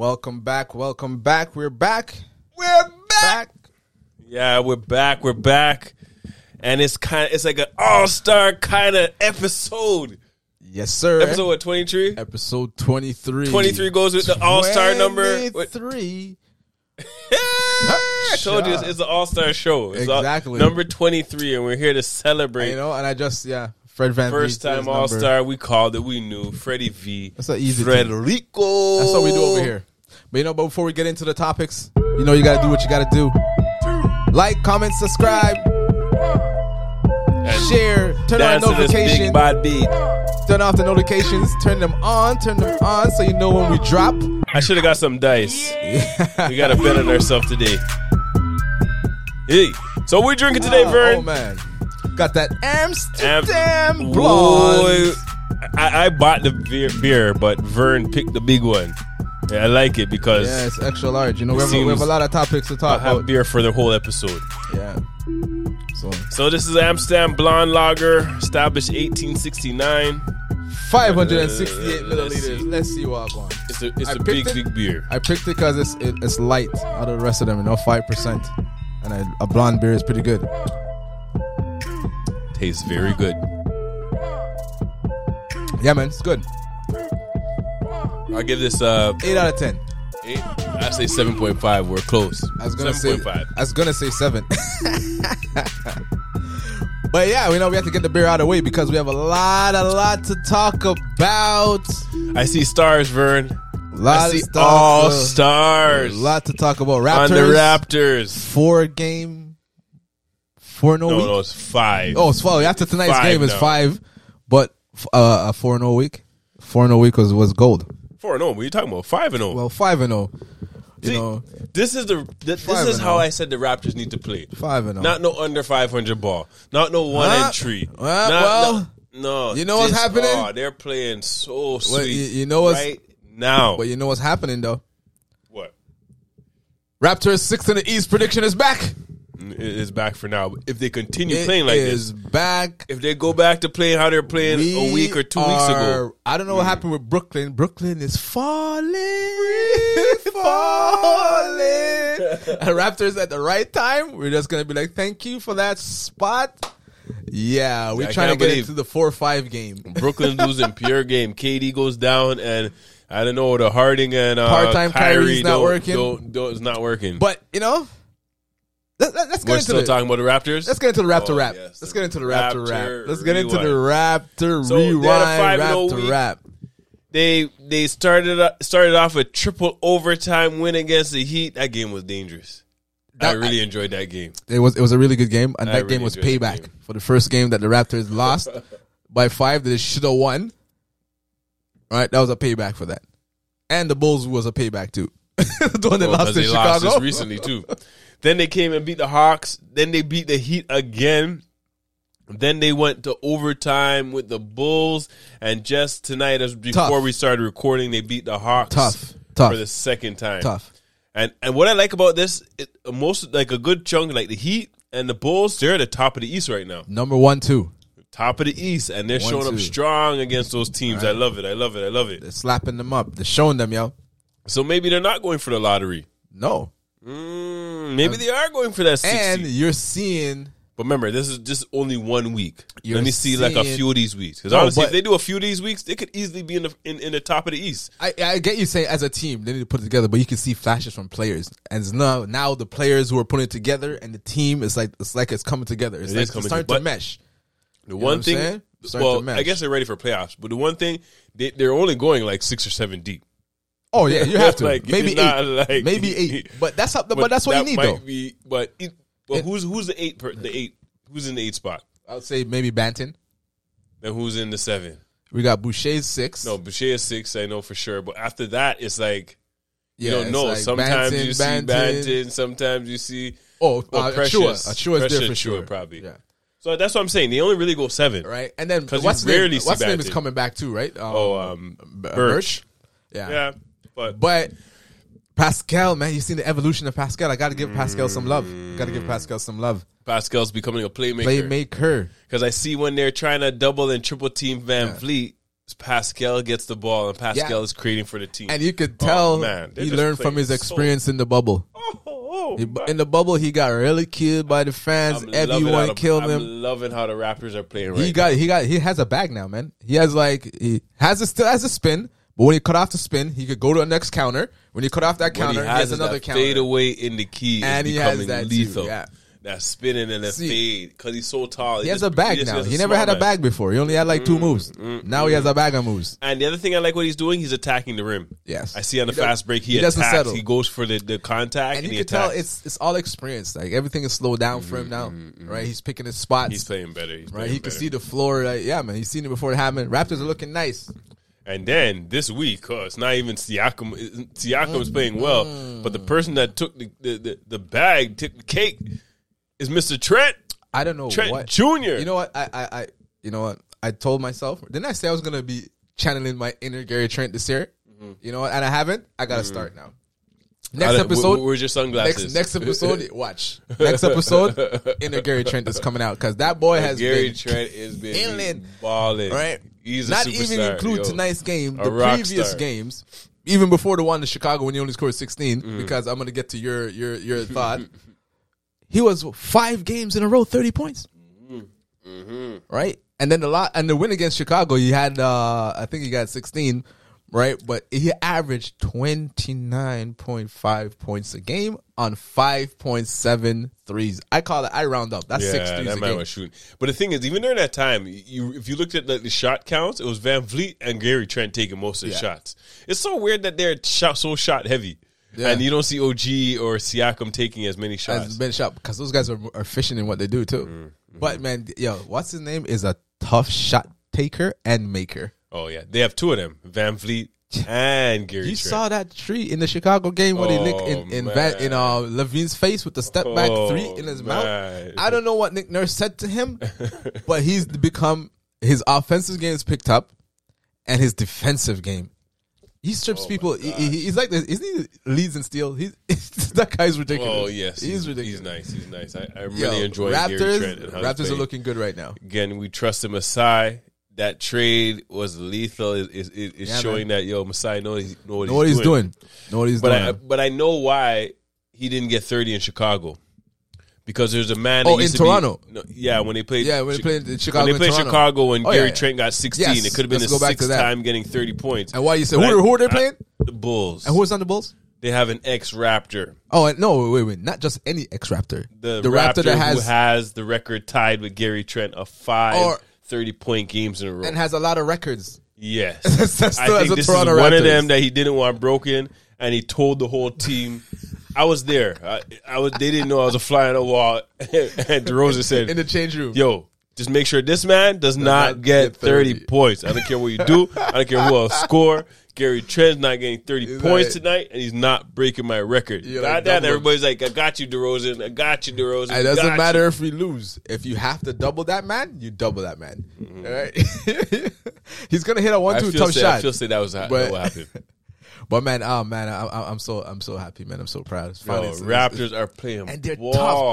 Welcome back. Welcome back. We're back. We're Back. Yeah, we're back. We're back, and it's kind. It's like an all star kind of episode. Yes, sir. Episode what? Twenty three. Episode 23. 23 goes with the all star number. Wait, 23. I told you it's, it's an all star show. It's all- Exactly. number twenty three, and we're here to You celebrate. know, and I just, yeah. Fred Van First Vliet is time number- all star. We called it. We knew Freddie V. That's an easy team. Frederico. That's what we do over here. But you know, but before we get into the topics, you know, you got to do what you got to do. Like, comment, subscribe, share, turn on Dance to this notifications, big bad beat. turn off the notifications, turn them on, turn them on so you know when we drop. I should have got some dice. We gotta bet on ourselves today. Hey, so we're drinking today, Vern. Oh, man. Got that Am- Amsterdam blonde. Whoa. I, I bought the beer, beer, but Vern picked the big one. Yeah, I like it because Yeah, it's extra large. You know, we have, a- we seems- have a lot of topics to I talk have about. beer for the whole episode. Yeah. So So this is Amsterdam Blonde Lager, established 1869. 568 Uh, let's see. milliliters. Let's see what I want. It's a, it's I a picked big, it. big beer. I picked it because it's it, it's light out of the rest of them, you know, five percent. And I, a blonde beer is pretty good. Tastes very good. Yeah, man, it's good. I give this uh, Eight out of ten. eight. I say 7.5. We're close. I was gonna say 7.5. I was gonna say seven. but yeah, we know we have to get the beer out of the way because we have a lot, a lot to talk about. I see stars, Vern. I Lot see of stuff, all uh, stars lot to talk about. on Raptors the Raptors. four game, four no, No, week. no, it's five. Oh, it's well after tonight's Five game is now. five, but f- uh, a four and zero week. Four and zero week was was gold. Four and oh. What are you talking about? Five and oh. Well, five and zero. You See, know, This is the th- this Five is and how oh. I said the Raptors need to play. five and oh. zero. Not no under five hundred ball. Not no one Huh? and three. Well, Not- well, no, no. you know what's this- happening? Oh, they're playing so sweet. Well, you, you know what's right now. but you know what's happening though. what? Raptors sixth in the East prediction is back. It is back for now. If they continue It playing like this, is back. if they go back to playing how they're playing a week or two weeks are- ago, I don't know what happened with Brooklyn. Brooklyn is falling, falling. and Raptors at the right time. We're just gonna be like, thank you for that spot. Yeah, we're I trying to can't get believe- into the four five game. Brooklyn losing pure game. KD goes down, and I don't know the Harding and uh, Part-time Kyrie Kyrie's not don't- working. Don't, don't, it's not working. But you know, let, let, us get we're into still the, talking about the Raptors. Let's get into the Raptor Oh, rap. yes, Let's the get into the Raptor, Raptor rap. Let's get into the rewind. Raptor So, they're the rewind. 5-0 Raptor week. rap. they they started o- started off a triple overtime win against the Heat. That game was dangerous. I That- really enjoyed that game. It was it was a really good game, and I that really game was enjoyed that payback for the first game that the Raptors lost by five that they should have won. Right, that was a payback for that, and the Bulls was a payback too. the one that Well, lost Oh, 'cause to they lost Chicago. this recently too. then they came and beat the Hawks. Then they beat the Heat again. Then they went to overtime with the Bulls, and just tonight, as before Tough. we started recording, they beat the Hawks Tough, tough, for the second time. tough. And and what I like about this, it, most like a good chunk, like the Heat and the Bulls, they're at the top of the East right now. Number one, two. top of the East, and they're One, showing two. up strong against those teams. I love it. I love it. I love it. They're slapping them up. They're showing them, yo. So maybe they're not going for the lottery. No, Mm, maybe they are going for that 60. Uh, and you're seeing but remember, this is just only one week. You're Let me see like a seeing- few of these weeks. Because No, honestly, but- if they do a few of these weeks, they could easily be in the in, in the top of the East. I, I get you saying as a team they need to put it together, but you can see flashes from players, and it's now now the players who are putting it together and the team is like it's like it's coming together. It's It like is coming it's starting together, to but- mesh. The what one I'm thing, saying? Start to well, mesh. I guess they're ready for playoffs. But the one thing, they, they're only going like six or seven deep. Oh yeah, you have to Like, maybe it's not eight, like- maybe eight. But that's up. But, that's what that you need might though. Be, but it, well, It- who's who's the eight? Per, the eight? Who's in the eight spot? I would say maybe Banton. Then who's in the seven? We got Boucher's six. No, Boucher is six, I know for sure. But after that, it's like you Yeah, don't it's know. like sometimes Banton, you see Banton, sometimes you see. Oh, Well, uh, Precious. Achua. Achua's there Precious for Achua, sure. probably. Yeah. So that's what I'm saying. They only really go seven. Right, and then 'Cause you what's rarely name? see What's name is Banton. coming back too, right? Um, Oh, um, B- Birch. Yeah. Yeah, but, But Pascal, man, you've seen the evolution of Pascal. I got to give Pascal some love. Got to give Pascal some love. Pascal's becoming a playmaker Playmaker. because I see when they're trying to double and triple team Van Vliet, Pascal gets the ball and Pascal is creating for the team. And you could tell Oh, man, they he just learned played from his so- experience in the bubble. oh, oh, He- man. In the bubble, he got really killed by the fans. I'm loving how Everyone the- killed I'm him. loving how the Raptors are playing right he got he got he has a bag now, man. He has like he has a, still has a spin, but when he cut off the spin, he could go to the next counter. When he cut off that now. What counter, he has, is another that counter. fade away in the key And is he has becoming that too, lethal. yeah. That spinning and that See, fade because he's so tall. He has a bag now. He never had a bag before. He only had like Mm, two moves. Now he has a bag of moves. And the other thing I like what he's doing, he's attacking the rim. Yes. I see on the He does- fast break he, he doesn't attacks. settle. He goes for the, the contact And and, you he can attacks. tell it's it's all experience. Like everything is slowed down for Mm, him now, right? He's picking his spots, he's playing better. He's right? playing He can better. see the floor. Like, yeah, man, he's seen it before it happened. Raptors are looking nice. And then this week, oh, it's not even Siakam. Siakam is playing well, but Mm. the person that took the the, the, the bag, took the cake, is Mr. Trent I don't know Trent what Jr. You know what? I, I, I, you know what? I told myself, didn't I say I was gonna be channeling my inner Gary Trent this year? You know what? And I haven't. I gotta start now. Next Mm-hmm. I don't- episode. where- where's your sunglasses? next next episode. watch next episode. Inner Gary Trent is coming out because that boy has Gary been Trent is been killing, balling. right. He's a Not superstar, even include yo. tonight's game. A The rock previous star. games. Even before the one in Chicago when he only scored 16, Mm. because I'm going to get to your your your thought. he was five games in a row, 30 points. Mm-hmm. Right? And then the lot and the win against Chicago, he had uh I think he got 16, right? But he averaged 29.5 points a game on 5.7 threes. I call it I round up. That's Yeah, six threes that a man game. was shooting. But the thing is, even during that time, you if you looked at the, the shot counts, it was Van Vliet and Gary Trent taking most of the Yeah. shots. It's so weird that they're shot, so shot heavy, Yeah. and you don't see OG or Siakam taking as many shots. has been shot because those guys are, are fishing in what they do too. Mm-hmm. But man, yo, what's his name is a tough shot taker and maker. Oh yeah, they have two of them: Van Vliet and Gary. You Trent. saw that tree in the Chicago game when he licked Oh, in in, man. Van, in uh, Levine's face with the step back Oh, three in his man. mouth. I don't know what Nick Nurse said to him, but he's become his offensive game is picked up, and his defensive game. He Oh, strips people. He, he- he's like this. Isn't he leads and steal? He's that guy's ridiculous. Oh yes, he's, ridiculous. He's nice. He's nice. I, I Yo, really enjoy Raptors. Gary Trent. And how he's Raptors are playing. looking good right now. again. We trust in Masai. That trade was lethal. Is is, is, is Yeah, showing that yo Masai know, he's, know what, Know what he's doing. Know what he's But I uh, doing. but I know why he didn't get thirty in Chicago because there's a man. that Oh, used in to be- Toronto. no, yeah, when they played. yeah, when they Chi- played in Chicago, When they and played Toronto. Chicago, when Oh, yeah, Gary yeah. Trent got 16, Yes, it could have been let's a go back to sixth that. time getting 30 points. and why you said But who, I- are- who are they I- playing? The Bulls. and who was on the Bulls? they have an ex Raptor. Oh, and, no, wait, wait, not just any ex Raptor. the, Raptor, who has the record tied with Gary Trent of five Or- 30 point games in a row. and has a lot of records. yes. That's I still think as a this Toronto is one Raptors. of them that he didn't want broken, and he told the whole team. I was there. I, I was. They didn't know I was a fly on the wall. and DeRozan said, in the change room. "Yo, just make sure this man does, not, not get, get 30. 30. points. I don't care what you do. I don't care who else score. Gary Trent's not getting 30 points like- tonight, and he's not breaking my record. You're God like, damn, double. everybody's like, I got you, DeRozan. I got you, DeRozan. It doesn't Got you." matter if we lose. If you have to double that man, you double that man. All right, he's gonna hit a Mm-hmm. I one-two feel tough say- I shot. feel say that was ha- But- what happened. But man, oh man, I, I, I'm so I'm so happy, man. I'm so proud. It's Yo, finally- it's- it's- Raptors are playing and they're ball.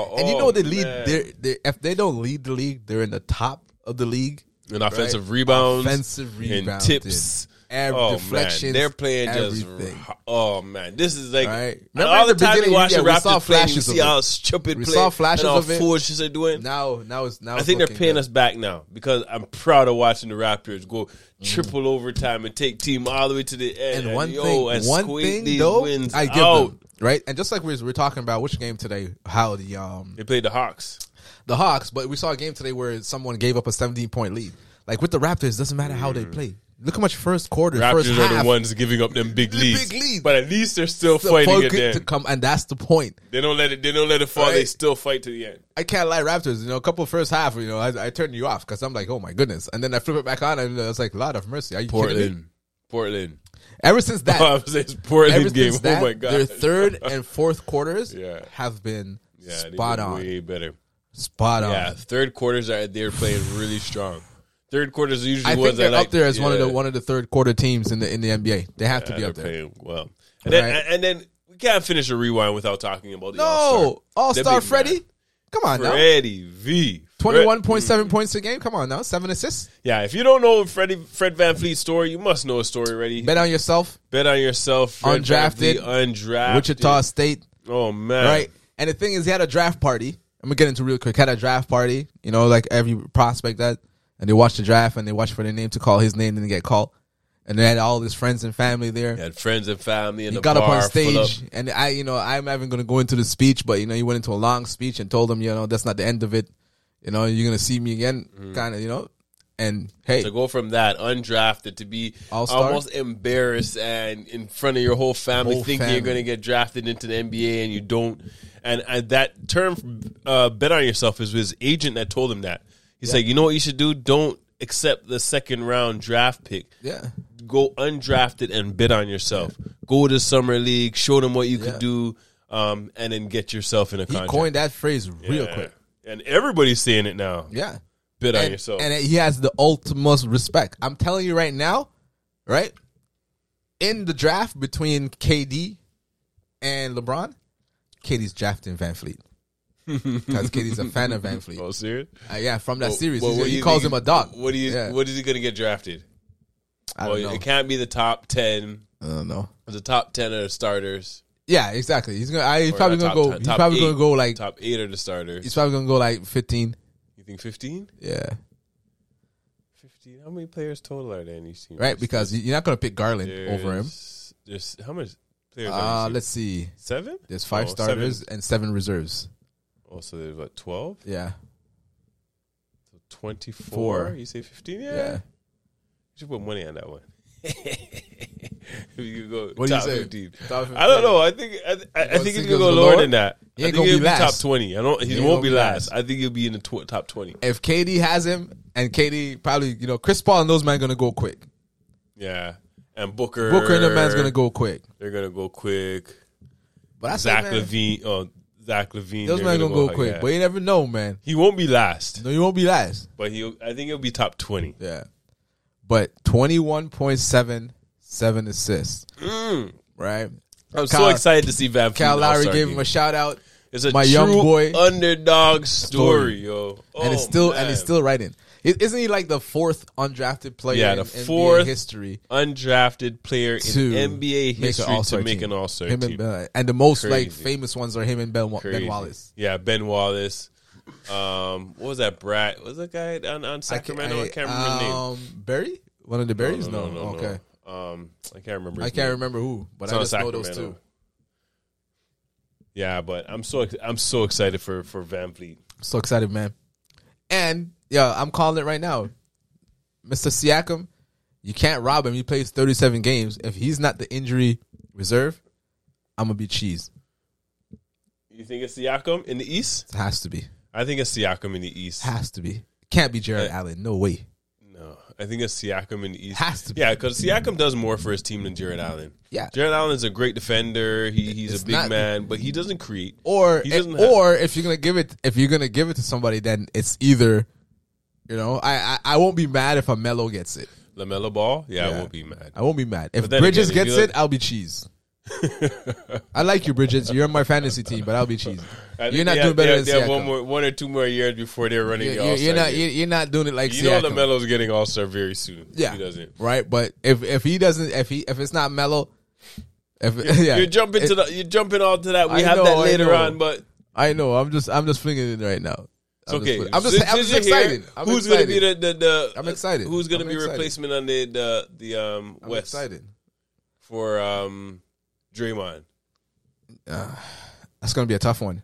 tough. And you know Oh, they lead. man. They're, they if they don't lead the league, they're in the top of the league. and offensive rebounds, offensive and rebounds, tips. and oh deflections, man, they're playing everything. just. Oh man, this is like Right. and Remember all in the the, time we beginning, watch yeah, the we saw Raptors play, you flashes of see it. how stupid We play, saw flashes and how of it. foolishness they're doing. Now, now it's now. I think they're paying us back now because I'm proud of watching the Raptors go triple overtime and take team all the way to the end. Mm. And one yo, thing, and one squeak thing these though, wins I give out. them right. And just like we we're talking about which game today, how the um They played the Hawks. the Hawks, but we saw a game today where someone gave up a 17 point lead. Like with the Raptors, it doesn't matter how they play. Look how much first quarter, first Mm. Raptors are half, the ones giving up them big leads, leads. but at least they're still the fighting focus at the to end. come, and that's the point. They don't let it. They don't let it fall. They Right. still fight to the end. I can't lie, Raptors. You know, a couple first half, you know, I, I turned you off because I'm like, oh my goodness, and then I flip it back on, and it's like, Lord of mercy, are you kidding me? Portland, Portland. Ever since that, Oh, it was this Portland ever game. since Oh that, my god, their third and fourth quarters Yeah. have been yeah, they spot did on, Um, way better. spot on. Yeah, third quarters are they're playing really strong. Third quarters are usually I think ones they're that like, up there as one of the yeah, one of the third quarter teams in the in the NBA. They have to yeah, be up they're there. playing well. And then Right. and then we can't finish a rewind without talking about the No, All Star All-Star. That big man. Freddie. Come on now. Freddie V. Twenty-one point seven points a game. Come on now, seven assists. Yeah, if you don't know Freddie Fred Van Fleet's story, you must know his story already. Bet, Bet on yourself, on yourself. Fred Undrafted. VanVleet, undrafted. Wichita State. Oh man. right? And the thing is, he had a draft party. I'm gonna get into real quick. Had a draft party, you know, like every prospect that, and they watched the draft and they watched for their name to call his name, didn't get called, and they had all his friends and family there. He had friends and family in he the got up bar on full of- stage, and I, you know, I'm not even gonna go into the speech, but you know, he went into a long speech and told them, you know, that's not the end of it. You know, you're gonna see me again, Mm-hmm. kind of, you know. And hey, to go from that undrafted to be All-star? almost embarrassed and in front of your whole family Whole thinking you're family. going to get drafted into the NBA and you don't. And, and that term, uh, bet on yourself, is his agent that told him that. He's like, you know what you should do? Don't accept the second round draft pick. yeah, Go undrafted and bet on yourself. Go to summer league, show them what you Yeah. could do, um, and then get yourself in a he contract. coined that phrase real Yeah. quick. And everybody's saying it now. Yeah. Bet on and, yourself. and he has the ultimate respect. I'm telling you right now, right? In the draft between KD and LeBron, KD's drafting Van Fleet. Because KD's a fan of Van Fleet. oh, serious? Uh, yeah, from that series. Well, He's- what do he you calls think- him a dog. What do you? Yeah, What is he going to get drafted? I Well, don't know. it can't be the top ten. I don't know. The top ten are the starters. Yeah, exactly. He's gonna. I, he's Or probably gonna not go. top 10, he's top probably eight. gonna go like. Top eight are the starters. He's probably gonna go like 15. You think 15? Yeah, 15? How many players total are there in each team? right. Because you- you're not gonna pick Garland There's- over him. There's how much players? Uh, are there? let's see. seven. There's five Oh, seven. starters and seven reserves. Oh, so there's what 12? Yeah, 24? Four. You say 15? Yeah. yeah. You should put money on that one. you could go What do you top say? 15. Top I don't know. I think I, I, I think he's gonna go singles lower galore? than that. He I ain't think gonna he'll be be last. top twenty. I don't. He, He ain't won't gonna be be last. I think he'll be in the tw- top twenty. if KD has him, and KD probably, you know, Chris Paul and those men gonna go quick. Yeah, and Booker. Booker and the man's gonna go quick. They're gonna go quick. But I Zach said, man, Levine. Oh, Zach Levine. those they're men gonna go, high, quick. yeah. But you never know, man. he won't be last, No, you won't be last. but he. will I think he'll be top twenty. Yeah. But twenty one point seven seven assists. Right. Mm. I'm so Kyle- excited to see Van. Fleet Cal Lowry All-Star gave game. him a shout out, It's a my true young boy underdog story, yo. and it's Oh, still and it's man. still writing. is isn't he like the fourth undrafted player Yeah, in the NBA fourth history undrafted player to in NBA make an history All-Star to make team. an All Star Him and, team. Ben- and the most like Crazy. famous ones are him and Ben, Wa- ben Crazy. Wallace. Yeah, Ben Wallace. Um, what was that brat? What Was that guy on, on I can't- Sacramento? I, can't I- remember his name. um, Barry? One of the berries? No, okay. Um, I can't remember. I his can't name. remember who, but It's I on just know those two. Sacramento. Yeah, but I'm so ex- I'm so excited for for Van Fleet. So excited, man! And yeah, I'm calling it right now, Mr. Siakam. You can't rob him. He plays 37 games. If he's not the injury reserve, I'm gonna be cheese. You think it's Siakam in the East? It has to be. I think it's Siakam in the East. Has to be. Can't be Jared Allen. No way. No, I think it's Siakam in the East. Has to be. Yeah, because Siakam does more for his team than Jared Allen. Yeah. Jared Allen's a great defender. He, he's It's a big not- man, but he doesn't create. Or He doesn't have- or if you're gonna give it if you're gonna give it to somebody, then it's either, you know, I I, I won't be mad if a Mello gets it. Lamelo Ball, yeah, I Yeah. won't be mad. I won't be mad. If then Bridges again, if gets you it, I'll be cheese. I like you, Bridges. You're on my fantasy team, but I'll be cheese. I think You're not they doing have- they better have- than they have one Siakam. more, one or two more years before they're running You're, the All you're- you're Star. not. You, You're, you're not doing it like you know, Siakam. Lamelo's getting All Star very soon. yeah, he doesn't. right. But if if he doesn't, if he if it's not mellow, if yeah, You're jumping It- to the. You're jumping all to that. We I have know, that I later know. on, but I know. I'm just I'm just flinging it right now. it's I'm okay. Just, I'm just, Since- I'm since just you're here, excited. I'm who's excited. gonna be the, the, the I'm excited. Who's gonna I'm be excited. replacement on the the, the um I'm West excited. for um Draymond? That's gonna be a tough one,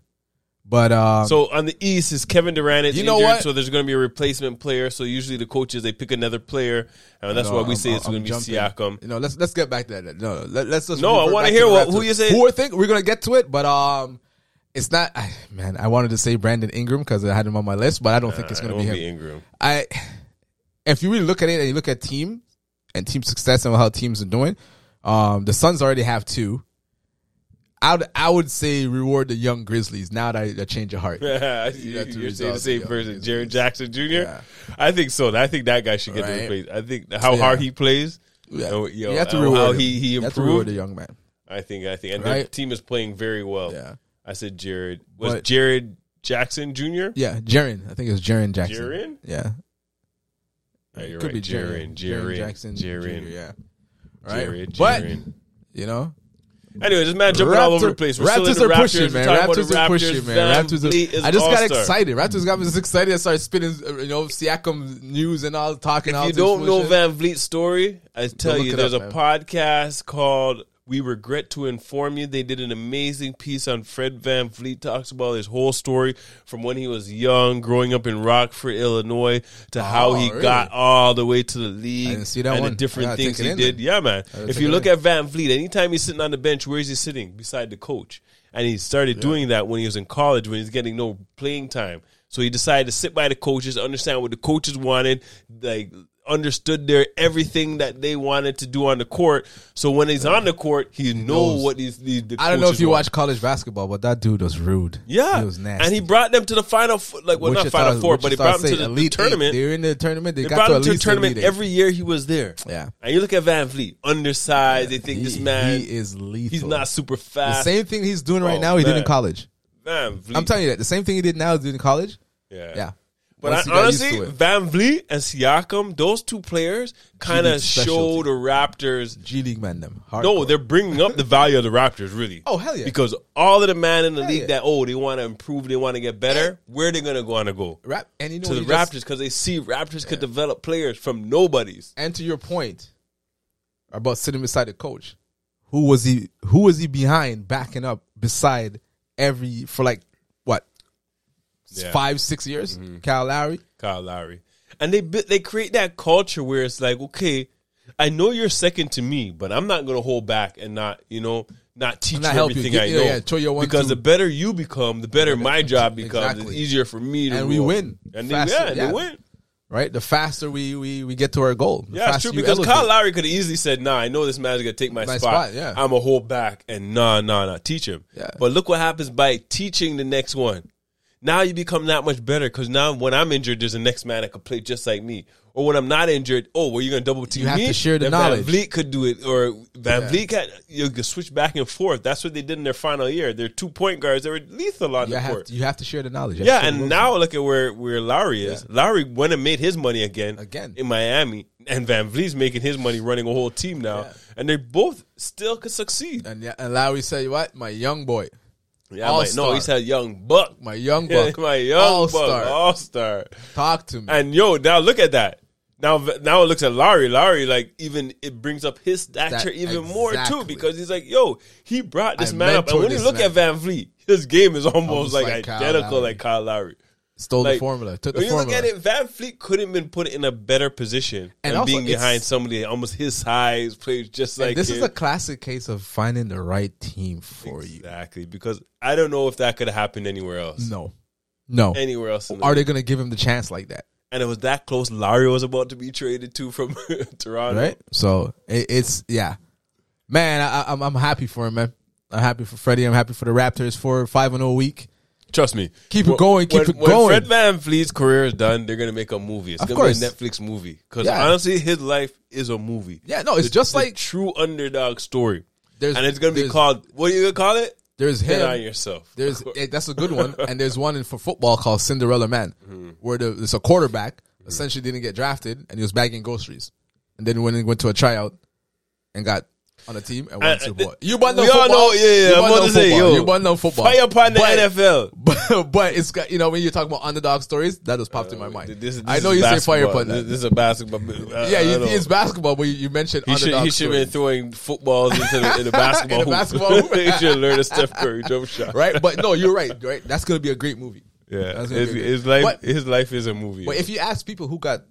but um, So on the East is Kevin Durant. Is You know injured, what? So there's going to be a replacement player. So usually the coaches they pick another player, and that's No, why we I'm- say it's I'm going to be jumping. Siakam. You know, let's let's get back to that. No, let, us just No, I revert wanna back hear the what- Raptors. who you say- Who I think we're gonna get to it, but um, it's not. I, man, I wanted to say Brandon Ingram because I had him on my list, but I don't think it's It gonna be won't him. be Uh, Ingram. I, if you really look at it and you look at team and team success and how teams are doing, um, the Suns already have two. I would I would say reward the young Grizzlies. Now that I, I change of heart, You're got two saying the results, same yeah. person, Jared Jackson Jr. Yeah. I think so. I think that guy should get Right. the replace. I think how Yeah. hard he plays. Yeah. Yo, Oh, yo, you have to how- reward how him. he he You have to reward improved. the young man. I think I think, and the Right. team is playing very well. Yeah. I said Jared was But- Jared Jackson Jr. Yeah, Jaron. I think it was Jaron Jackson. Jaron? Yeah. Oh, you're Could right. be Jaron. Jaron. Jaron. Jackson. Jaron. Jr., yeah. All right. Jaron. But, Jaron. you know, Anyway, this man jumping all over Raptor- the place. We're still in Raptors the are pushing, Raptors. man. We're talking about Raptors the are pushing, man. Van Raptors Vliet is are. I just got all-star. excited. Raptors got me so excited. I started spinning, uh, you know, Siakam news and all talking. If all you this don't know bullshit. Van Vliet's story, I tell look you, it there's up, a man. podcast called "We Regret to Inform You." They did an amazing piece on Fred Van Vliet. Talks about his whole story from when he was young, growing up in Rockford, Illinois, to how Oh, he really? got all the way to the league didn't see that and the one. I different gotta things take it he in did. then. Yeah, man. gotta If take you it look in. at Van Vliet, anytime he's sitting on the bench, where is he sitting? Beside the coach. And he started doing that when he was in college, when he's getting no playing time. So he decided to sit by the coaches, understand what the coaches wanted, like understood their everything that they wanted to do on the court. So when he's on the court, he, know knows. what ththese. The, the I don't know coaches if you want. watch college basketball, but that dude was rude. Yeah, he was nasty. and he brought them to the final, f- like well, not Wichita- final four, but he Wichita brought them State, to the, the Elite Eight. tournament. They were in the tournament. They, They got brought to him at to a least tournament Elite Eight. every year he was there. Yeah. And you look at Van Vliet, undersized. They think this He- man he is lethal. He's not super The fast. same thing he's doing right Oh, now. He did Ah. man. in college. Van Vliet. I'm telling you that the same thing he did now is doing in college. Yeah. Yeah, Once But he I, got used honestly, to it. Van Vliet and Siakam, those two players kind G of League show specialty. the Raptors. G League man them. No, Hardcore. they're bringing up the value of the Raptors, really. Oh, hell yeah. Because all of the man in the league yeah. that, oh, they want to improve, they want to get better, where they going to go on to go? rap and you know To the you just- Raptors, because they see Raptors could develop players from nobodies. and to your point about sitting beside the coach, who was he? Who was he behind backing up beside every for like what Yeah. Mm-hmm. five six years? Kyle Lowry. Kyle Lowry, and they bu- they create that culture where it's like, okay, I know you're second to me, but I'm not gonna hold back and not you know not teach not you help you. everything Get- I yeah, know. yeah, show your one, because two. the better you become, the better my job becomes. Exactly. It's easier for me to And we rule. win And they, faster, yeah, and they yeah. win. Right, the faster we we, we get to our goal, the Yeah, it's faster true. you Because elevate. Kyle Lowry could have easily said, "Nah, I know this man's gonna take my, My spot. spot, yeah. I'm a hold back and nah, nah, nah, teach him." Yeah. But look what happens by teaching the next one. Now you become that much better because now when I'm injured, there's the next man that could play just like me. Or when I'm not injured, oh, well, you're gonna double team You have me. to share the Then Van knowledge. Vliet could do it, or Van Vliet can. You can switch back and forth. That's what they did in their final year. Their two point guards they were lethal on you the have court. to, you have to share the knowledge. You have to Yeah, share the and knowledge. now look at where where Lowry is. Lowry went and made his money again, Again. in Miami, and Van Vliet's making his money running a whole team now, and they both still could succeed. and yeah, and Lowry said, "What, my young boy, Yeah, I'm like, no, All-star. he's a young buck, my young Yeah, buck, my young all-star. buck, all star. talk to me." And yo, now look at that. Now, now it looks at Lowry. Lowry, like even it brings up his stature That- even more too, exactly. because he's like, yo, he brought this I man up. And mentored when you this look man. at Van Vliet, his game is almost, Almost like, like Kyle identical Lowry. like Kyle Lowry. Stole Like, the formula, took the when you formula. look at it, Van Fleet couldn't have been put in a better position and And also, being behind it's- somebody almost his size, plays just like this is him. a classic case of finding the right team for you. exactly because I don't know if that could have happened anywhere else. No, no. Anywhere else, in the Are they going to give him the chance like that? and it was that close. Larry was about to be traded to from Toronto. Right. So it, it's yeah, man. I, I- I'm I'm happy for him, man. I'm happy for Freddie. I'm happy for the Raptors for five and zero week. Trust me, Keep it going, keep when, it when going. Fred Van Fleet's career is done, they're gonna make a movie. It's Of gonna course. be a Netflix movie because Yeah. honestly, his life is a movie. Yeah, no, it's The- just the like- true underdog story, There's- and it's gonna be there's- called what are you gonna call it? There's Bet on him. yourself. There's eh, that's a good one, and there's one in for football called Cinderella Man, Hmm. where the, it's a quarterback essentially didn't get drafted, and he was bagging groceries, and then went and went to a tryout, and got on a team and won Uh, a Super th- Bowl. You won no we all football. know- yeah, yeah, You I'm won about no to say, football. yo, You won no football. Fire upon the But- NFL. but, but it's got you know when you're talking about underdog stories, that just popped in my mind. Uh, This- this I know is you say fire basketball. upon This, that. this is a basketball. uh, yeah, I you, don't know. it's basketball, but you, you mentioned He should, underdog he should have stories, been throwing footballs into the, in the basketball In the hoop. basketball hoop. he should learn a Steph Curry jump shot. right? But no, you're right. Right, that's gonna be a great movie. Yeah, That's his, gonna be a great- his life. But- his life is a movie. But if you ask people who got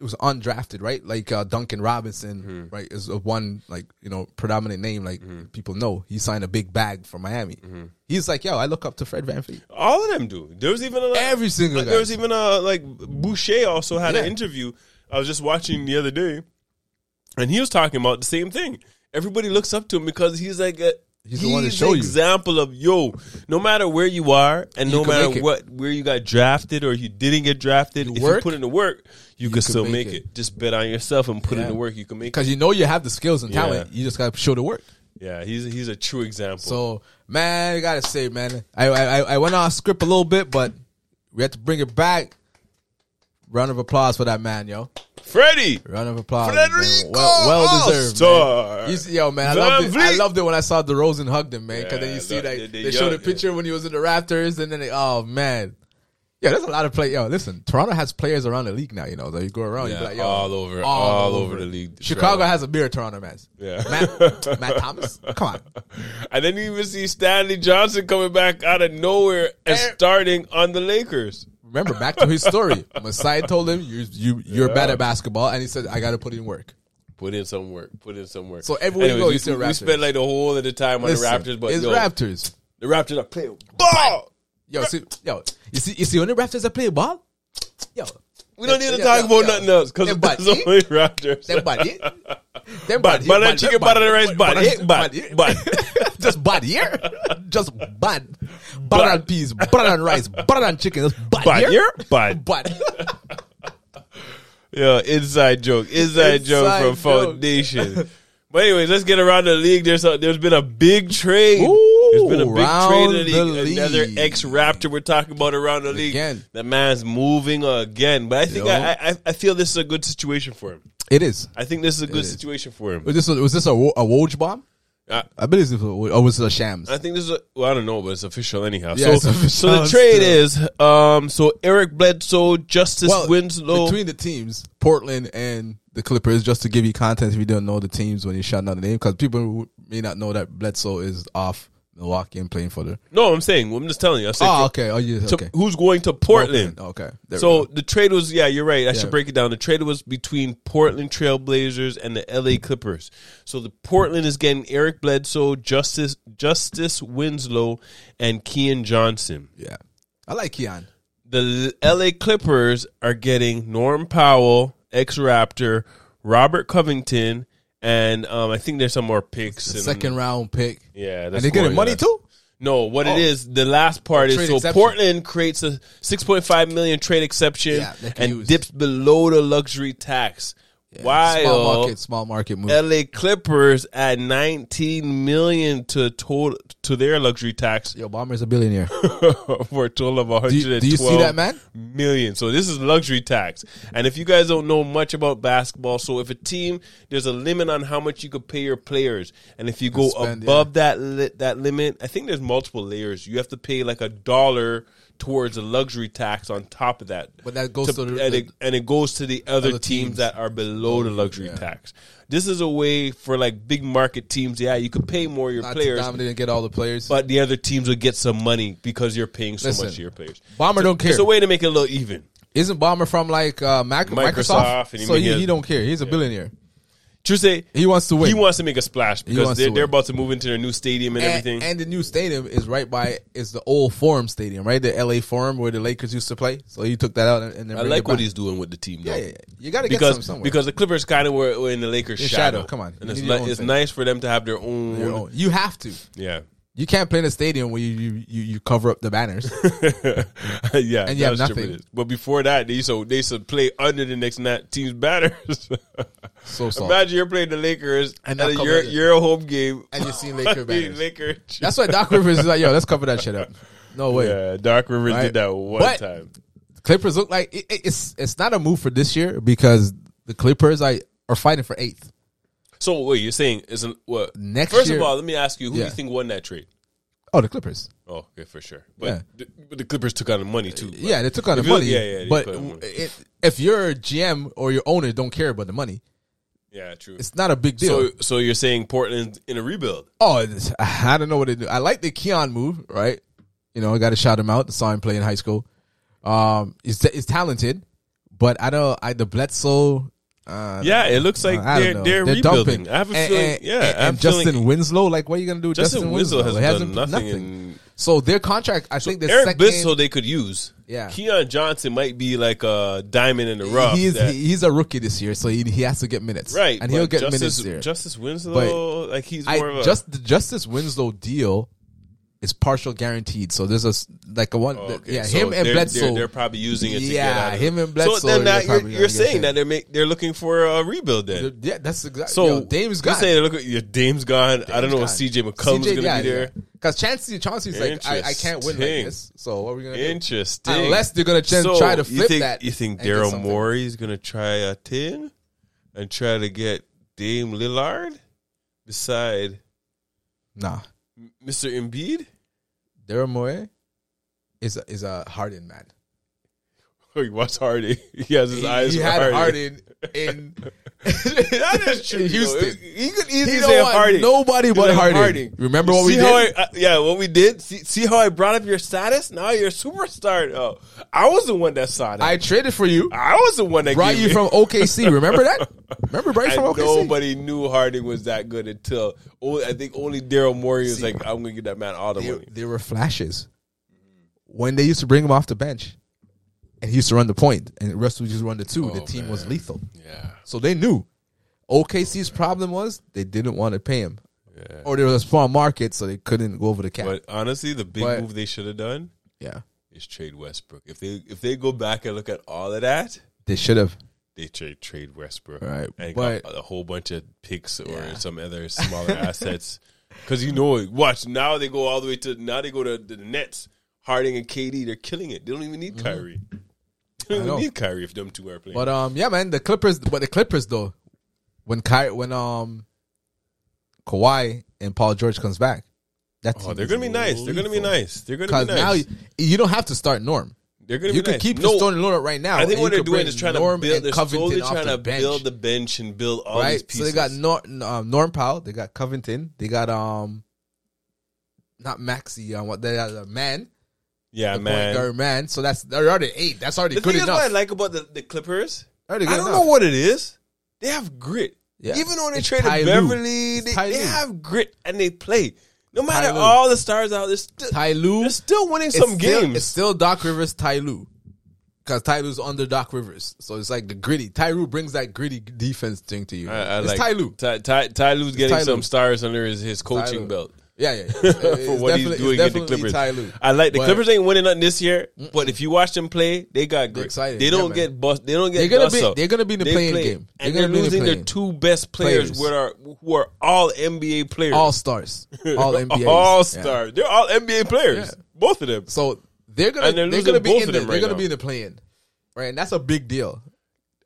it was undrafted, right? Like uh, Duncan Robinson, Mm-hmm. right, is a one like you know predominant name. Like people know he signed a big bag for Miami. Mm-hmm. He's like, yo, I look up to Fred VanVleet. All of them do. There was even a, Every single guy. There was even a like Boucher also had an Yeah. interview. I was just watching the other day, and he was talking about the same thing. Everybody looks up to him because he's like a. He's the one to show you. example of yo, no matter where you are, and no can make matter it. what where you got drafted or you didn't get drafted, if you work, put in the work, you, can could still make make it. it. Just bet on yourself and put in Yeah. the work. You can make it. Because you know you have the skills and talent, Yeah. you just gotta show the work. Yeah, he's he's a true example. So man, I gotta say, man, I I, I- I went off script a little bit, but We had to bring it back. Round of applause for that man, yo. Freddie. Round of applause. man. Federico Well, well deserved. man. All-Star. You see, yo, man, I Van loved, it. I Vliet. loved it when I saw DeRozan hugged him, man. Because then Yeah, you see, the- like, the- the they showed a young- picture when he was in the Raptors, and then they, oh, man. Yeah, there's a lot of play. Yo, listen, Toronto has players around the league now, you know. So you go around, you Yeah, be like, yo. all over, all over the league. Chicago Toronto. has a beer, Toronto Mets. Yeah. Matt, Matt Thomas? Come on. I didn't even see Stanley Johnson coming back out of nowhere and Eh. starting on the Lakers. Remember, back to his story. Masai told him, you, you, you're bad at basketball, and he said, I got to put in work. Put in some work. Put in some work. So everywhere you go, we- you see we, Raptors. spent like the whole of the time on Listen, the Raptors, but it's yo, Raptors. the Raptors are playing ball. Yo, see, yo, you see, you see, when the Raptors are playing ball, yo, We don't need to Yeah, talk yeah, about yeah. nothing else because Yeah, it's but- only Raptors. them body, them But but that chicken butter and rice, but but but just bad here, just bad, butter and peas, butter and rice, butter and chicken, just bad, Bad here, here? Bad. bad. Yeah, inside joke, inside, joke Inside from joke. Foundation. but anyways, let's get around the league. There's a, there's been a big trade. Ooh, there's been a big round trade in the the league. Another league. ex Raptor we're talking about around the league. Again. The man's moving again, but I think Yo. I, I I feel this is a good situation for him. It is. I think this is a good situation for him. Was this a, was this a, wo- a Woj bomb? I, I believe this was, a Woj- or was it a Shams? I think this is a, well, I don't know, but it's official anyhow. Yeah, so, it's official so the trade still. is um so Eric Bledsoe, Justice Winslow. between the teams, Portland and the Clippers, just to give you context if you don't know the teams when you shout out the name, because people who may not know that Bledsoe is off Milwaukee and playing for the. no, I'm saying I'm just telling you. I'm saying Oh, for- okay. Oh, yeah. to- Okay. who's going to Portland. Okay. There So we go. the trade was, yeah, you're right. I should Yeah. break it down. The trade was between Portland Trailblazers and the LA Clippers. So the Portland is getting Eric Bledsoe, Justice Justice Winslow, and Kean Johnson. yeah, I like Keon. The L- LA Clippers are getting Norm Powell, ex Raptor, Robert Covington, and um, I think there's some more picks. and- Second round pick. yeah, and they getting scoring money left. too. No, what Oh. it is, the last part is Trade so exception. Portland creates a 6.5 million trade exception Yeah, they can and use. dips below the luxury tax. small While market, small market move. LA Clippers add 19 million to total to their luxury tax Yo, Bomber's a billionaire. for a total of 112 you- do you see that, man? million. So this is luxury tax. And if you guys don't know much about basketball, so if a team there's a limit on how much you could pay your players, and if you go Spend, above that li- that limit, I think there's multiple layers. You have to pay like a dollar towards a luxury tax on top of that. But that goes to the- and, it, and it goes to the other, Other teams, teams. Oh, that are below the luxury tax. This is a way for like big market teams. Yeah, you could pay more your Not to players, dominate and get all the players. but the other teams would get some money because you're paying so Listen, much to your players. Bomber don't care. It's a way to make it a little even. Isn't Bomber from like uh, Mac- Microsoft, Microsoft? and he so make he, his- he don't care. He's a billionaire. Just say He wants to win. he wants to make a splash because wants to they're, they're win. about to move into their new stadium and, and, everything. and the new stadium is right by is the old Forum Stadium, right? The LA Forum where the Lakers used to play. So he took that out and, and then I bring like it what back. he's doing with the team, though. Yeah, yeah, yeah. You got to get some Because somewhere. because the Clippers kind of were, were in the Lakers' In shadow. shadow, come on. and You it's, need your ni- own it's thing. nice for them to have their own. Your own. you have to. Yeah, You can't play in a stadium where you you, you, you cover up the banners. yeah, And you have that's true, nothing. it is. But before that, they used to they used to play under the next na- team's banners. so soft. Imagine you're playing the Lakers And and not at a- covered your it. your home game, And you see Laker banners. Laker- That's why Doc Rivers is like, yo, let's cover that shit up. No way. yeah, Doc Rivers Right? did that one But- time. Clippers look like it, it- it's it's not a move for this year because the Clippers I are fighting for eighth. So wait, you're saying isn't what? Next first year- of all, let me ask you, who do Yeah. you think won that trade? Oh, the Clippers. Oh, okay, for sure. But, Yeah. the, but the Clippers took out the money too. but- Yeah, they took on the If you look- money. yeah, yeah, they but took out the money. it, if your GM or your owner don't care about the money, yeah, true. it's not a big deal. So, so you're saying Portland's in a rebuild? oh, it's- I don't know what to do. I like the Keon move, right? You know, I got to shout him out. Saw him play in high school. Um, he's, he's talented, but I don't. I the Bledsoe. Uh, Yeah, it looks like I they're, don't know. they're rebuilding. I have a And- feeling. and- yeah, and, I have and a feeling Justin Winslow. Like, what are you gonna do? with Justin Winslow has He done nothing in- so their contract, I think, the Eric second, Bledsoe they could use. Yeah. Keon Johnson might be like a diamond in the rough. he's that- he, he's a rookie this year, so he, he has to get minutes, right, And he'll but get Justice, minutes here. Justice Winslow, like he's more I of a just the Justice Winslow deal is partial guaranteed. So there's a s- like a one. Oh, Okay, yeah, so him and they're, Bledsoe. They're, they're probably using it. To get Yeah, out of him and So Bledsoe, they're then that, you're, probably you're gonna get saying him. that they're make, they're looking for a rebuild then. yeah, that's exactly. So So yo, Dame's got. You say they're looking. Your Dame's gone. I don't know if Dame's CJ McCollum's going to be there. Because Chauncey, Chauncey's like, I, I can't win like Interesting. this. So what are we gonna do? Interesting. Unless they're gonna ch- try to you flip think, that. You think and get Daryl something. Morey is going to try a ten and try to get Dame Lillard beside Nah, Mr. Embiid? Daryl Morey is a, is a Harden man. Oh, he watched Hardy. He has his He, eyes. he for had Harden. Harden in. That is true. in though. Houston. He could He easily don't say want Hardy. nobody He's but like, Harden. Hardy. Remember what we See how did? I- uh, yeah, what we did. See, see how I brought up your status. Now you're a superstar. Oh, I was the one that saw that. I I, traded for you. was the one that Brought gave you from OKC. Remember that? Remember Bryce And from OKC? nobody knew Harding was that good until only, I think only Daryl Morey was like, "I'm gonna get that man all the there, money." there were flashes when they used to bring him off the bench, and he used to run the point, and the rest would just run the two. Oh, the team was lethal, Yeah, so they knew. OKC's problem was they didn't want to pay him, Yeah. or there was a small market, so they couldn't go over the cap. but honestly, the big But- move they should have done yeah, is trade Westbrook. If they if they go back and look at all of that, they should have. they trade trade Westbrook Right, and but- got a whole bunch of picks or Yeah. some other smaller assets. Because you know, it. watch now they go all the way to now they go to the Nets. Harding and KD, they're killing it. They don't even need Kyrie. They don't Mm-hmm. know. even need Kyrie if them two are playing. But um, yeah, man, the Clippers. But the Clippers though, when Ky- when um, Kawhi and Paul George comes back, that's oh, they're gonna be nice. They're gonna be nice. They're gonna because be now nice. you, you don't have to start Norm. they're gonna You be could nice. keep no, your Stone Lord right now. I think and you what they're could doing bring is trying Norm to build. and They're slowly off trying the to bench, build the bench and build all these right? So pieces. they got Nor- um, Norm Powell, they got Covington, they got um, not Maxi, um, what they got a man, yeah, the man. point guard man. So that's they're already eight. That's already The good thing is, enough. what I like about the, the Clippers, Already good I don't enough. know what it is. They have grit. Yeah. Even though they It's traded Ty Lue. Beverly, It's they, Ty they Lue. have grit and they play. No matter Lue. all the stars out, they're still Ty Lue, they're still winning it's some still, It's games. still Doc Rivers, Ty Lue. Because Ty Lue's under Doc Rivers, so it's like the gritty. Ty Lue brings that gritty defense thing to you. it's Ty Lue. Ty, Ty, Ty Lue's getting Ty Lue. some stars under his, his Ty coaching Lue. belt. Yeah, yeah. yeah. It's- for it's what definitely- it's he's doing at the definitely Clippers. Ty Lue. I like the But- Clippers ain't winning nothing this year, but if you watch them play, they got grit. excited. They Yeah, don't man. get bust. They don't get. They're gonna dust be- up. they're gonna be in the They playing play, game. They're and gonna they're be in the losing their playing. two best players, Players. Who, are, who are all NBA players, all stars, all NBA, all star. They're all NBA players, Yeah. both of them. So they're gonna And they're they're, losing gonna be both in of the, them they're right gonna now. be in the play-in, right? And that's a big deal.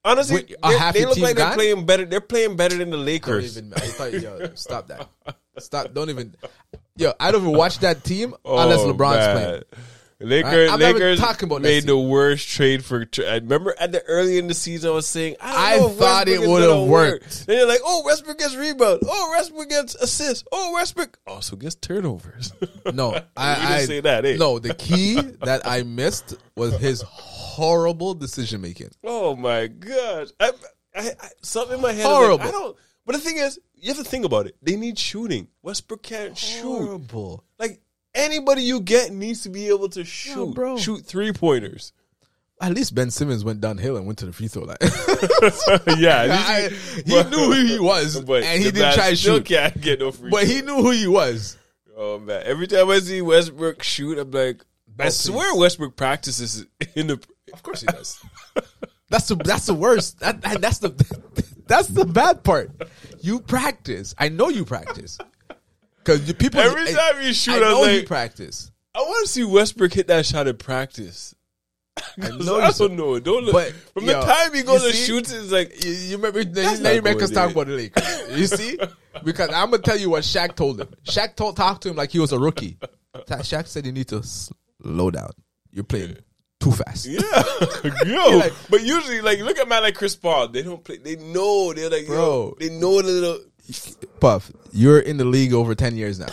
Honestly, With a they- half they your look team like they're gone? playing better. They're playing better than the Don't Lakers. even, I thought, yo, stop that, stop. Don't even, yo. I don't even watch that team unless Oh, LeBron's man. playing. Lakers, I'm not even Lakers talking about that made season. the worst trade for. Tra- I remember at the early in the season, I was saying, I, I don't know if thought Westbrook it is would've gonna work. worked. Then you're like, oh, Westbrook gets rebound. Oh, Westbrook gets assists. Oh, Westbrook also gets turnovers. No, I, didn't I say that, eh? No, the key that I missed was his horrible decision making. oh my gosh, I, I, I, something in my head. is Horrible. Like, I don't. But the thing is, you have to think about it. They need shooting. Westbrook can't shoot. Horrible, Like anybody you get needs to be able to shoot. bro. Shoot three pointers. At least Ben Simmons went downhill and went to the free throw line. yeah, I- he knew who he was, and he the didn't man try to still shoot. Can't get no free. But throw. he knew who he was. oh man! Every time I see Westbrook shoot, I'm like, I please. swear Westbrook practices in the. Of course he does. that's the that's the worst. That, that- that's the that's the bad part. You practice. I know you practice. Cause you people Every I- time you shoot, I I'm know you like, practice. I want to see Westbrook hit that shot in practice. I know I you do. don't know. Don't look. But, From yo, the time he goes you and see? shoots, it's like You, you remember now, That's now you not make us going talk in. about the Lakers. You see? Because I'm gonna tell you what Shaq told him. Shaq told talked to him like he was a rookie. Sha- Shaq said you need to slow down. You're playing too fast. Yeah, yo. like- but usually, like, look at man like Chris Paul. They don't play. They know. They're like, Bro. yo, they know the little. Puff, you're in the league over ten years now.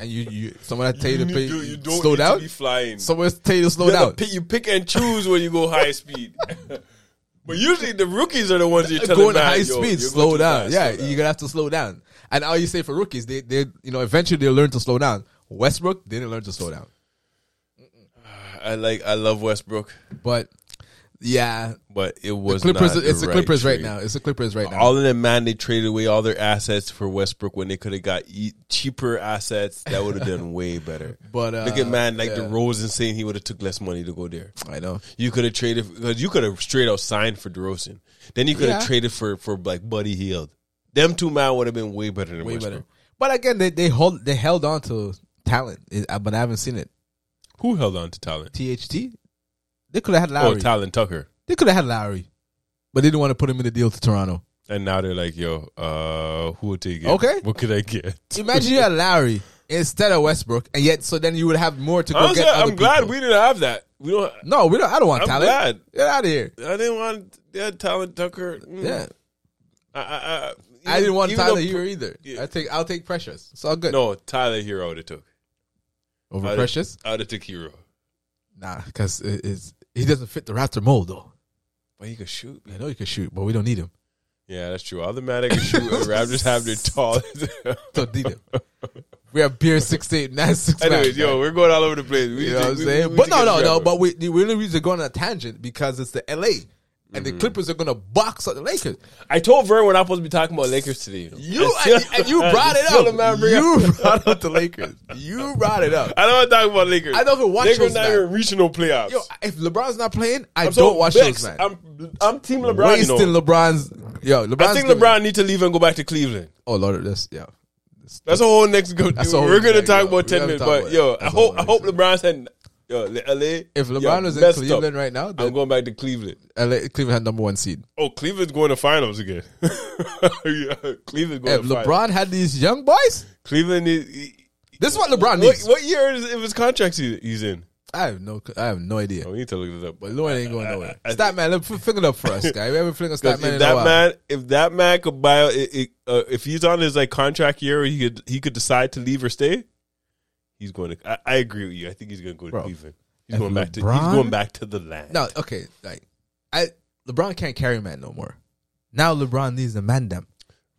And you, you someone that tell you, You, to play do, you don't slow need down? to be flying. Someone tell you to slow you, gotta down. pick, you pick and choose when you go high speed. but usually, the rookies are the ones you're telling going at man, high yo, speed, you're slow going too down. fast, yeah, slow down. you're gonna have to slow down. And all you say for rookies, they they you know eventually they learn to slow down. Westbrook didn't learn to slow down, I like. I love Westbrook. but Yeah, but it was Clippers. Not it's the right Clippers right trade. now. It's the Clippers right now. All of them, man, they traded away all their assets for Westbrook when they could have got e- cheaper assets. That would have done way better. But, uh, Oh, look at man, like the yeah. DeRozan saying he would have took less money to go there. I know. You could have traded because you could have straight out signed for DeRozan. Then you could have Yeah. traded for for like Buddy Hield. Them two man would have been way better than way Westbrook. better. But again, they they hold they held on to talent, It- uh, but I haven't seen it. Who held on to talent? THT, they could have had Oh, Lowry. Talon Tucker. they could have had Lowry, but they didn't want to put him in the deal to Toronto. And now they're like, yo, uh, who would take it? Okay. What could I get? Imagine you had Lowry instead of Westbrook, and yet so then you would have more to go Honestly, get. other I'm glad people. we didn't have that. We don't. No, we don't. I don't want I'm talent. glad. Get out of here. I didn't want that Talon Tucker. Mm. Yeah, I, I, I, I didn't want even Tyler though- Hero either. Yeah. I take I'll take Precious. It's all good. No, Tyler Hero would have took. Over I'd- Precious, I would have took Hero. nah, because it, it's he doesn't fit the Raptor mold though. But he could shoot. I know he can shoot, but we don't need him. Yeah, that's true. All the man that can shoot, the Raptors have their tall. Don't need him. we have beer six eight nine six. anyway, five, yo, we're going all over the place. We You know need to- what I'm we- saying? we need but to no, get no, no. Trevor. But we, the only reason they're going on a tangent because it's the LA. And Mm-hmm. the Clippers are going to box out the Lakers. I told Vern we're not supposed to be talking about Lakers today. You, know. You I and, still- and you brought it still up. a man bring up- You brought up the Lakers. You brought it up. I don't want to talk about Lakers. I don't even watch Lakers those not now. even reaching no playoffs. Yo, if LeBron's not playing, I I'm so don't watch vexed. those man. I'm I'm Team LeBron. You Wasting know. LeBron's. Yo, LeBron's I think giving- LeBron need to leave and go back to Cleveland. Oh Lord, this yeah. This- That's a whole next go. That's a whole we're gonna next talk go. about We ten gotta minutes, talk but about yo, it. I That's a hope whole I hope next LeBron said, yo, LA. if LeBron yo, was in messed up. Cleveland right now, I'm then going back to Cleveland. LA Cleveland had number one seed. Oh, Cleveland's going to finals again. yeah, Cleveland's going If to finals. LeBron had these young boys, Cleveland is. this is what LeBron What, needs. what year is if his contract he- he's in? I have no, I have no idea. Oh, we need to look this up. But Lloyd ain't going nowhere. I- I- Stat man, let's fling it up for us, guy. We haven't flinged a stat Because man if in a that while. man, if that man could buy, it, it, uh, if he's on his like contract year, he could he could decide to leave or stay. He's going to. I, I agree with you. I think he's going to go to Bro, Cleveland. He's if going back to. He's LeBron- going back to the land. no, okay, like I LeBron can't carry a man no more. Now LeBron needs a man them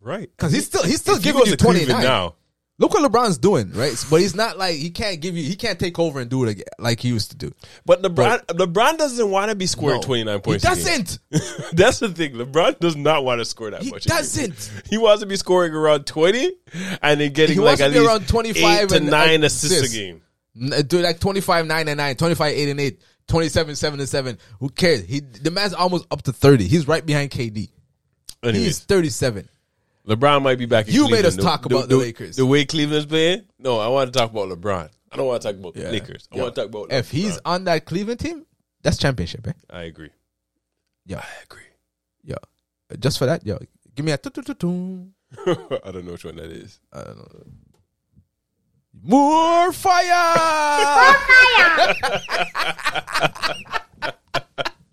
right? because he's still he's still If he giving goes you to Cleveland twenty nine. now. Look what LeBron's doing, right? But he's not like he can't give you he can't take over and do it again like he used to do. But LeBron, LeBron doesn't want to be scoring No. twenty nine He points. a game. doesn't. That's the thing. LeBron does not want to score that He much. a game. doesn't. He wants to be scoring around twenty, and then getting He wants like at to be least around 25 eight to and, uh, nine assists, assists. a game. N- uh, Do like 25, 9 and 9, 25, 8 and 8, 27, 7 and 7. Who cares? He the man's almost up to 30. He's right behind KD. He's Anyways, 37. LeBron might be back. In You Cleveland. made us talk about the Lakers. The way Cleveland's playing. No, I want to talk about LeBron. I don't want to talk about the Lakers. I Yo, want to talk about. If he's LeBron. on that Cleveland team, that's championship, eh? I agree. Yeah. I agree. Yeah. Uh, Just for that, yo. Give me a tu- tu- tu- tu. I don't know which one that is. I don't know. More fire!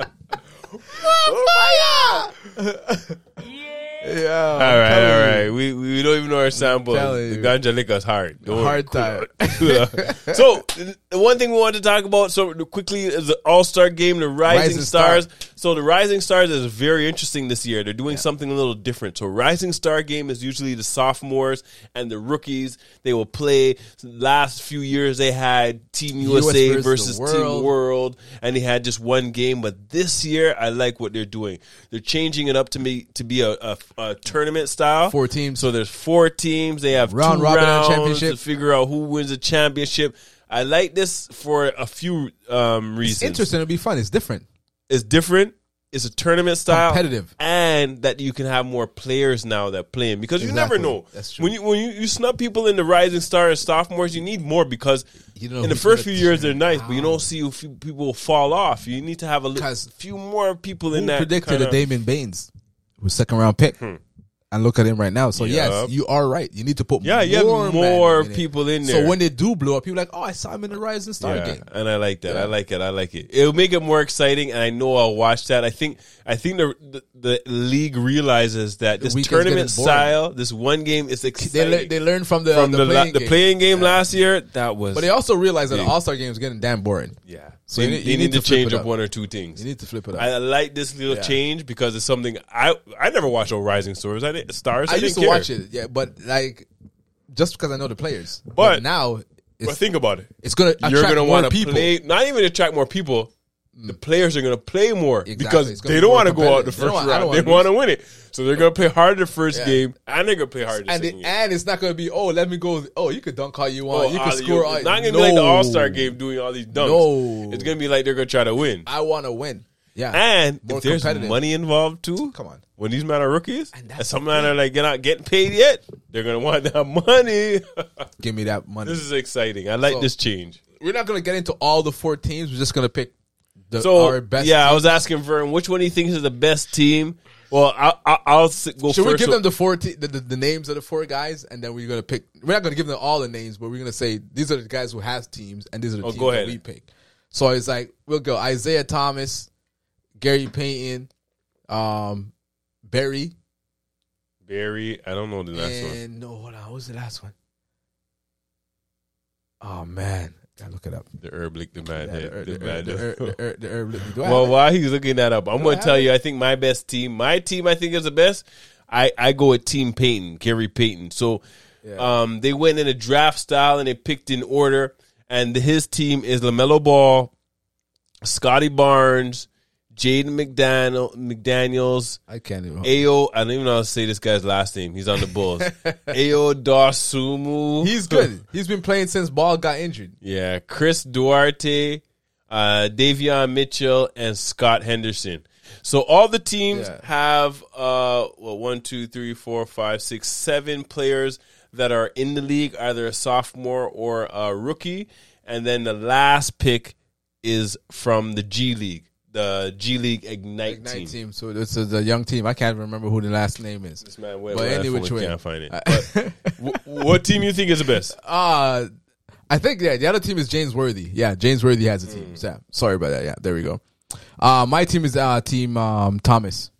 More fire! yeah. All right, all right. We we don't even know our samples. telling The you. ganja liquor's hard. Don't worry. Hard time. so the one thing we want to talk about so quickly is the All Star Game, the Rising, Rising Star. Stars. So the Rising Stars is very interesting this year. They're doing something a little different. So Rising Star Game is usually the sophomores and the rookies. They will play. Last few years they had Team USA versus the versus, world. Team World, and they had just one game. But this year I like what they're doing. They're changing it up to me to be a, a, a tournament style. Four teams. So there's four teams. They have Round two robin and rounds championship. to figure out who wins the championship. I like this for a few um, It's reasons. interesting. It'll be fun. It's different. It's different. It's a tournament style, Competitive. and that you can have more players now that play in because Exactly. you never know. That's true. When you when you, you snub people in the rising star and sophomores, you need more because You don't know in the who's first few gonna Ah. years they're nice, but you don't see a few people fall off. You need to have a li- 'Cause few more people in Who that. predicted kinda- a Damon Baines was second round pick? And look at him right now. So Yup. yes, you are right. You need to put Yeah, more you have more man in it. people in there. So when they do blow up, people are like, oh, I saw him in the Rising Star game. And I like that. I like it. I like it. It'll make it more exciting, and I know I'll watch that. I think I think the the, the league realizes that this weekend's tournament getting boring. style, this one game is They exciting. lear they learned from the From the, the, la- playing the game. playing game last year, that was but they also realized that the Yeah. All Star game is getting damn boring. yeah. So So you you, need- need, you need to, to flip change it up up. one or two things. You need to flip it up. I I like this little Yeah. change because it's something I I never watched no Rising Stars. I didn't, Stars. I, I used to didn't care. watch it, yeah, but like just because I know the players. But, now But it's think about it. it's gonna You're attract gonna more want to people. Mm. play. Not even attract more people. the players are going to play more It's because gonna they be don't more want to go out competitive. They the first don't wanna- I round. don't They wanna want to win it, so they're going to play hard the first game and they're going to play hard the And, second the, game. and it's not going to be, oh, let me go. Oh, you could dunk how you want. you all could the- score. all- It's not gonna be like the No. All Star game doing all these dunks. No. it's gonna be like they're gonna try to win. I want to win. Yeah. And More if there's competitive. money involved too, Come on. when these men are rookies And and, that's some men are like they're not getting paid yet, they're gonna want that money. Give me that money. this is exciting. I like So- this change. We're not going to get into all the four teams. We're just going to pick the, So our best. yeah, I was asking Vern which one he thinks is the best team. Well, I, I, I'll s- go Should first. we give So- them the four te- the, the, the names of the four guys, and then we're gonna pick? We're not gonna give them all the names, but we're gonna say these are the guys who has teams, and these are the teams Oh, go that ahead. we pick. So it's like we'll go Isaiah Thomas, Gary Payton, um, Barry, Barry? I don't know the last one. and no, hold on, who's the last one? Oh man, gotta look it up. The Erblick, the mad Yeah, head, the- the the- mad the- head. the- er, the- the- the- the- do I Well, have it? while he's looking that up, I'm I going have to tell you. I think my best team, my team, I think is the best. I, I go with Team Payton, Gary Payton. So, Yeah. um, they went in a draft style and they picked in order. And his team is Lamelo Ball, Scotty Barnes, Jaden McDaniel, McDaniel's, I can't even. Ao. I don't even know how to say this guy's last name. He's on the Bulls. Ao Darsumu. He's good. He's been playing since Ball got injured. Yeah, Chris Duarte, uh, Davion Mitchell, and Scott Henderson. So all the teams Yeah. have uh, well, one, two, three, four, five, six, seven players that are in the league, either a sophomore or a rookie, and then the last pick is from the G League, the G League Ignite, Ignite team. team. So this is a young team. I can't remember who the last name is. This man went But but any which way. can't find it. Wh- what team you think is the best? uh I think yeah, the other team is James Worthy. Yeah, James Worthy has a team. Mm. Yeah, sorry about that. Yeah, there we go. Uh my team is uh team um Thomas.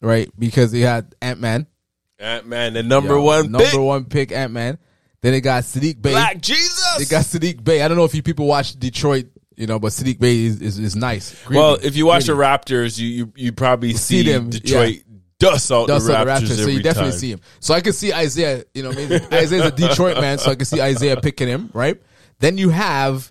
Right? Because they had Ant Man. Ant Man, the number one number pick, one pick Ant Man. Then they got Sadiq Bay. Black Jesus. They got Sadiq Bay. I don't know if you people watch Detroit, you know, but Sadiq Bay is, is, is nice. Greedy. Well, if you watch the Raptors, you you, you probably see, them, Detroit dust out Dust the up Raptors. the Raptors, so every you definitely time. see him. So I can see Isaiah, you know, maybe Isaiah's a Detroit man, so I can see Isaiah picking him, right? Then you have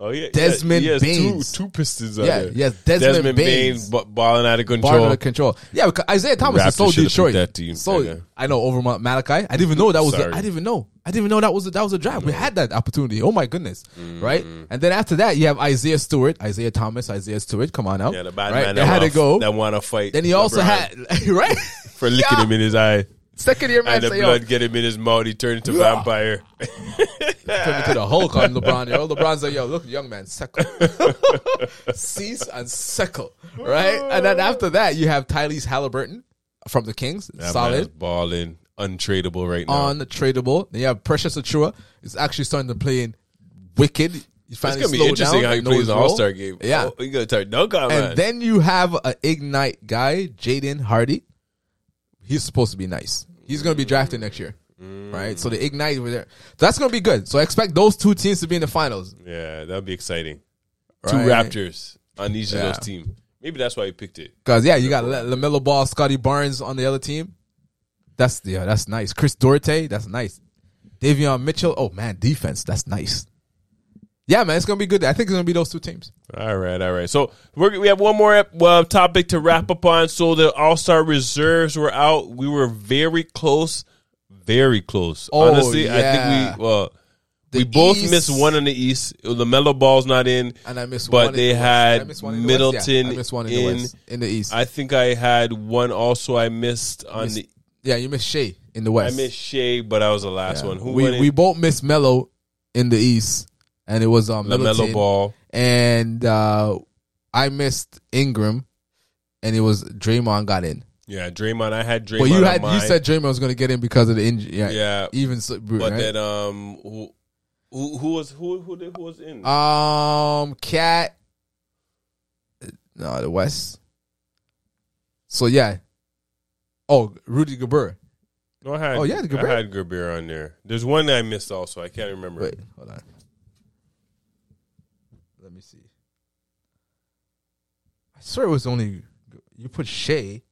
Oh yeah, Desmond he has, he has Baines. Two, two Pistons. Out Yeah, there. he has Desmond Baines. b- balling out of Barn control. under control. Yeah, because Isaiah Thomas is Raptors so should've picked Detroit. that team. So Yeah. I know over Ma- Malachi. I didn't even know that was. A, Sorry. I didn't even know. I didn't even know that was a, that was a draft. We had that opportunity. Oh my goodness, Mm. right? And then after that, you have Isaiah Stewart, Isaiah Thomas, Isaiah Stewart. Come on now. yeah, the bad right? man They that had wanna, to go. That want to fight. Then he also LeBron had right for licking Yeah. him in his eye Second year man, and the say, yo, blood get him in his mouth. He turned into Yeah. vampire. turn into the Hulk on LeBron. Yo, LeBron's like, yo, look, young man, sickle, cease and sickle, right? And then after that, you have Tyrese Halliburton from the Kings, That solid. man's balling, untradeable right now. untradeable. They have Precious Achua. It's actually starting to play in wicked. You it's finally gonna be slowed interesting down, how he knows plays his an role. All Star game. Yeah. oh, he gonna turn dunk on and man. then you have an ignite guy, Jaden Hardy. He's supposed to be nice. He's gonna be drafted next year, right? So the ignite over there. That's gonna be good. So I expect those two teams to be in the finals. yeah, that'd be exciting. two Right? Raptors on each of Yeah. those team. Maybe that's why he picked it. Because yeah, you got La- Lamelo Ball, Scotty Barnes on the other team. That's yeah, that's nice. Chris Duarte, that's nice. Davion Mitchell, oh man, defense, that's nice. Yeah, man, it's gonna be good. I think it's gonna be those two teams. All right, all right. So we're, we have one more ep- uh, topic to wrap up on. So the All Star reserves were out. We were very close, very close. Oh, Honestly, I yeah. think we uh, The we both East- missed one in the East. The Mellow Ball's not in, And I missed but one they in the West. I had missed one in the West. Middleton Yeah, I missed one in, the West. In the East. I think I had one also. I missed on the. yeah, you missed Shea in the West. I missed Shea, but I was the last one. Who went we in? we both missed Mello in the East. And it was um Lamelo Middleton. Ball. And uh, I missed Ingram and it was Draymond got in. Yeah, Draymond. I had Draymond. But you on had you mine. said Draymond was going to get in because of the injury. Yeah, Yeah. even so, But right? then um who who, who was who who, did, who was in? Uh, um, Cat, no, the West. So yeah, oh Rudy Gobert. no, I had, oh, yeah, Gobert. I had Gobert on there. There's one that I missed also. I can't remember. Wait, hold on. Let me see. I swear it was only you put Shea.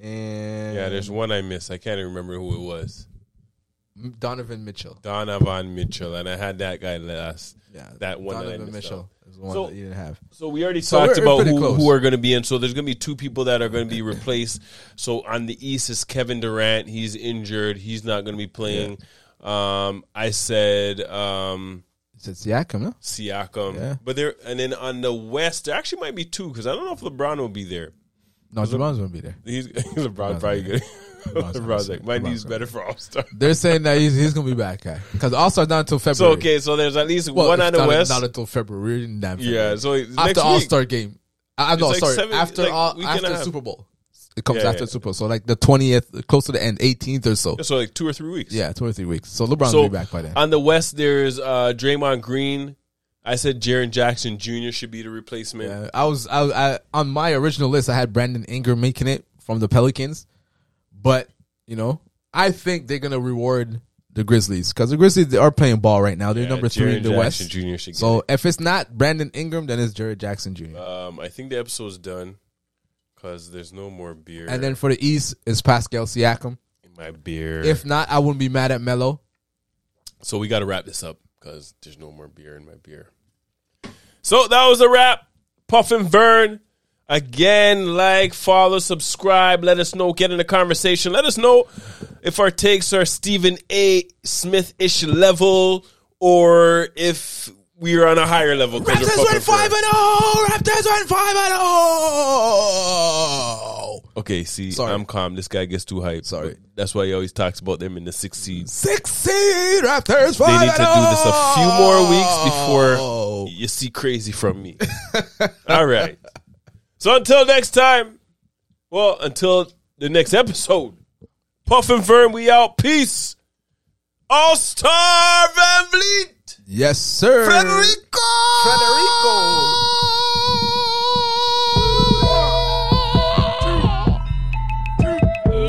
And Yeah, there's one I missed. I can't remember who it was. M- Donovan Mitchell. Donovan Mitchell, and I had that guy last. Yeah, that one that I Donovan missed Mitchell out. is the one So- that you didn't have. So we already So talked we're- about we're pretty who, close. who are going to be in. So there's going to be two people that are going to be replaced. So on the East is Kevin Durant. He's injured. He's not going to be playing. Um, I said um, It's, it's Siakam, no? Siakam, Yeah. but there. And then on the West, there actually might be two because I don't know if LeBron will be there. No, Javon's gonna be there. He's LeBron probably good. LeBron's LeBron's gonna like my be- knee's LeBron's better for All Star. They're saying that he's, he's gonna be back, guy. Because All Star's not until So February. okay, so there's at least Well, one it's on the not, West. Not until February. we're in damn yeah, February. so it's next after All week. Star game. I, I no, It's like sorry. seven- after like, all, week and a after the half. Super Bowl, it comes Yeah, after yeah. the Super Bowl. So like the twentieth, close to the end, eighteenth or so. So like two or three weeks. Yeah, two or three weeks. So LeBron So will be back by then. on the West, there's uh, Draymond Green. I said Jaron Jackson Jr. should be the replacement. Uh, I was I, was- I on my original list. I had Brandon Ingram making it from the Pelicans, but you know I think they're gonna reward the Grizzlies because the Grizzlies they are playing ball right now. They're Yeah, number three Jaren in the Jackson West. Jr. should get So if it's not Brandon Ingram, then it's Jared Jackson Jr. it. Um, I think the episode's done because there's no more beer and then for the East, it's Pascal Siakam. in my beer. If not, I wouldn't be mad at Melo. so we got to wrap this up because there's no more beer in my beer. So that was a wrap. Puff and Vern. Again, like, follow, subscribe. Let us know. Get in the conversation. Let us know if our takes are Stephen A. Smith ish level or if we are on a higher level. 'cause we're Puff and Vern. oh! Raptors went five and oh! Okay, see, Sorry. I'm calm. This guy gets too hyped. Sorry. But That's why he always talks about them in the six seeds. Six seed Raptors They five oh! need to do this a few more weeks before weeks you see crazy from me. All right. So until next time, well, until the next episode, Puff and Firm, we out. Peace. All Star Van Vliet. before. Yes, sir. Federico. Federico.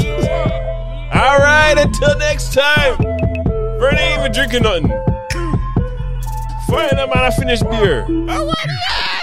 All right, until next time. Vern ain't even drinking nothing. Fine, I'm out of finished beer. Oh my god!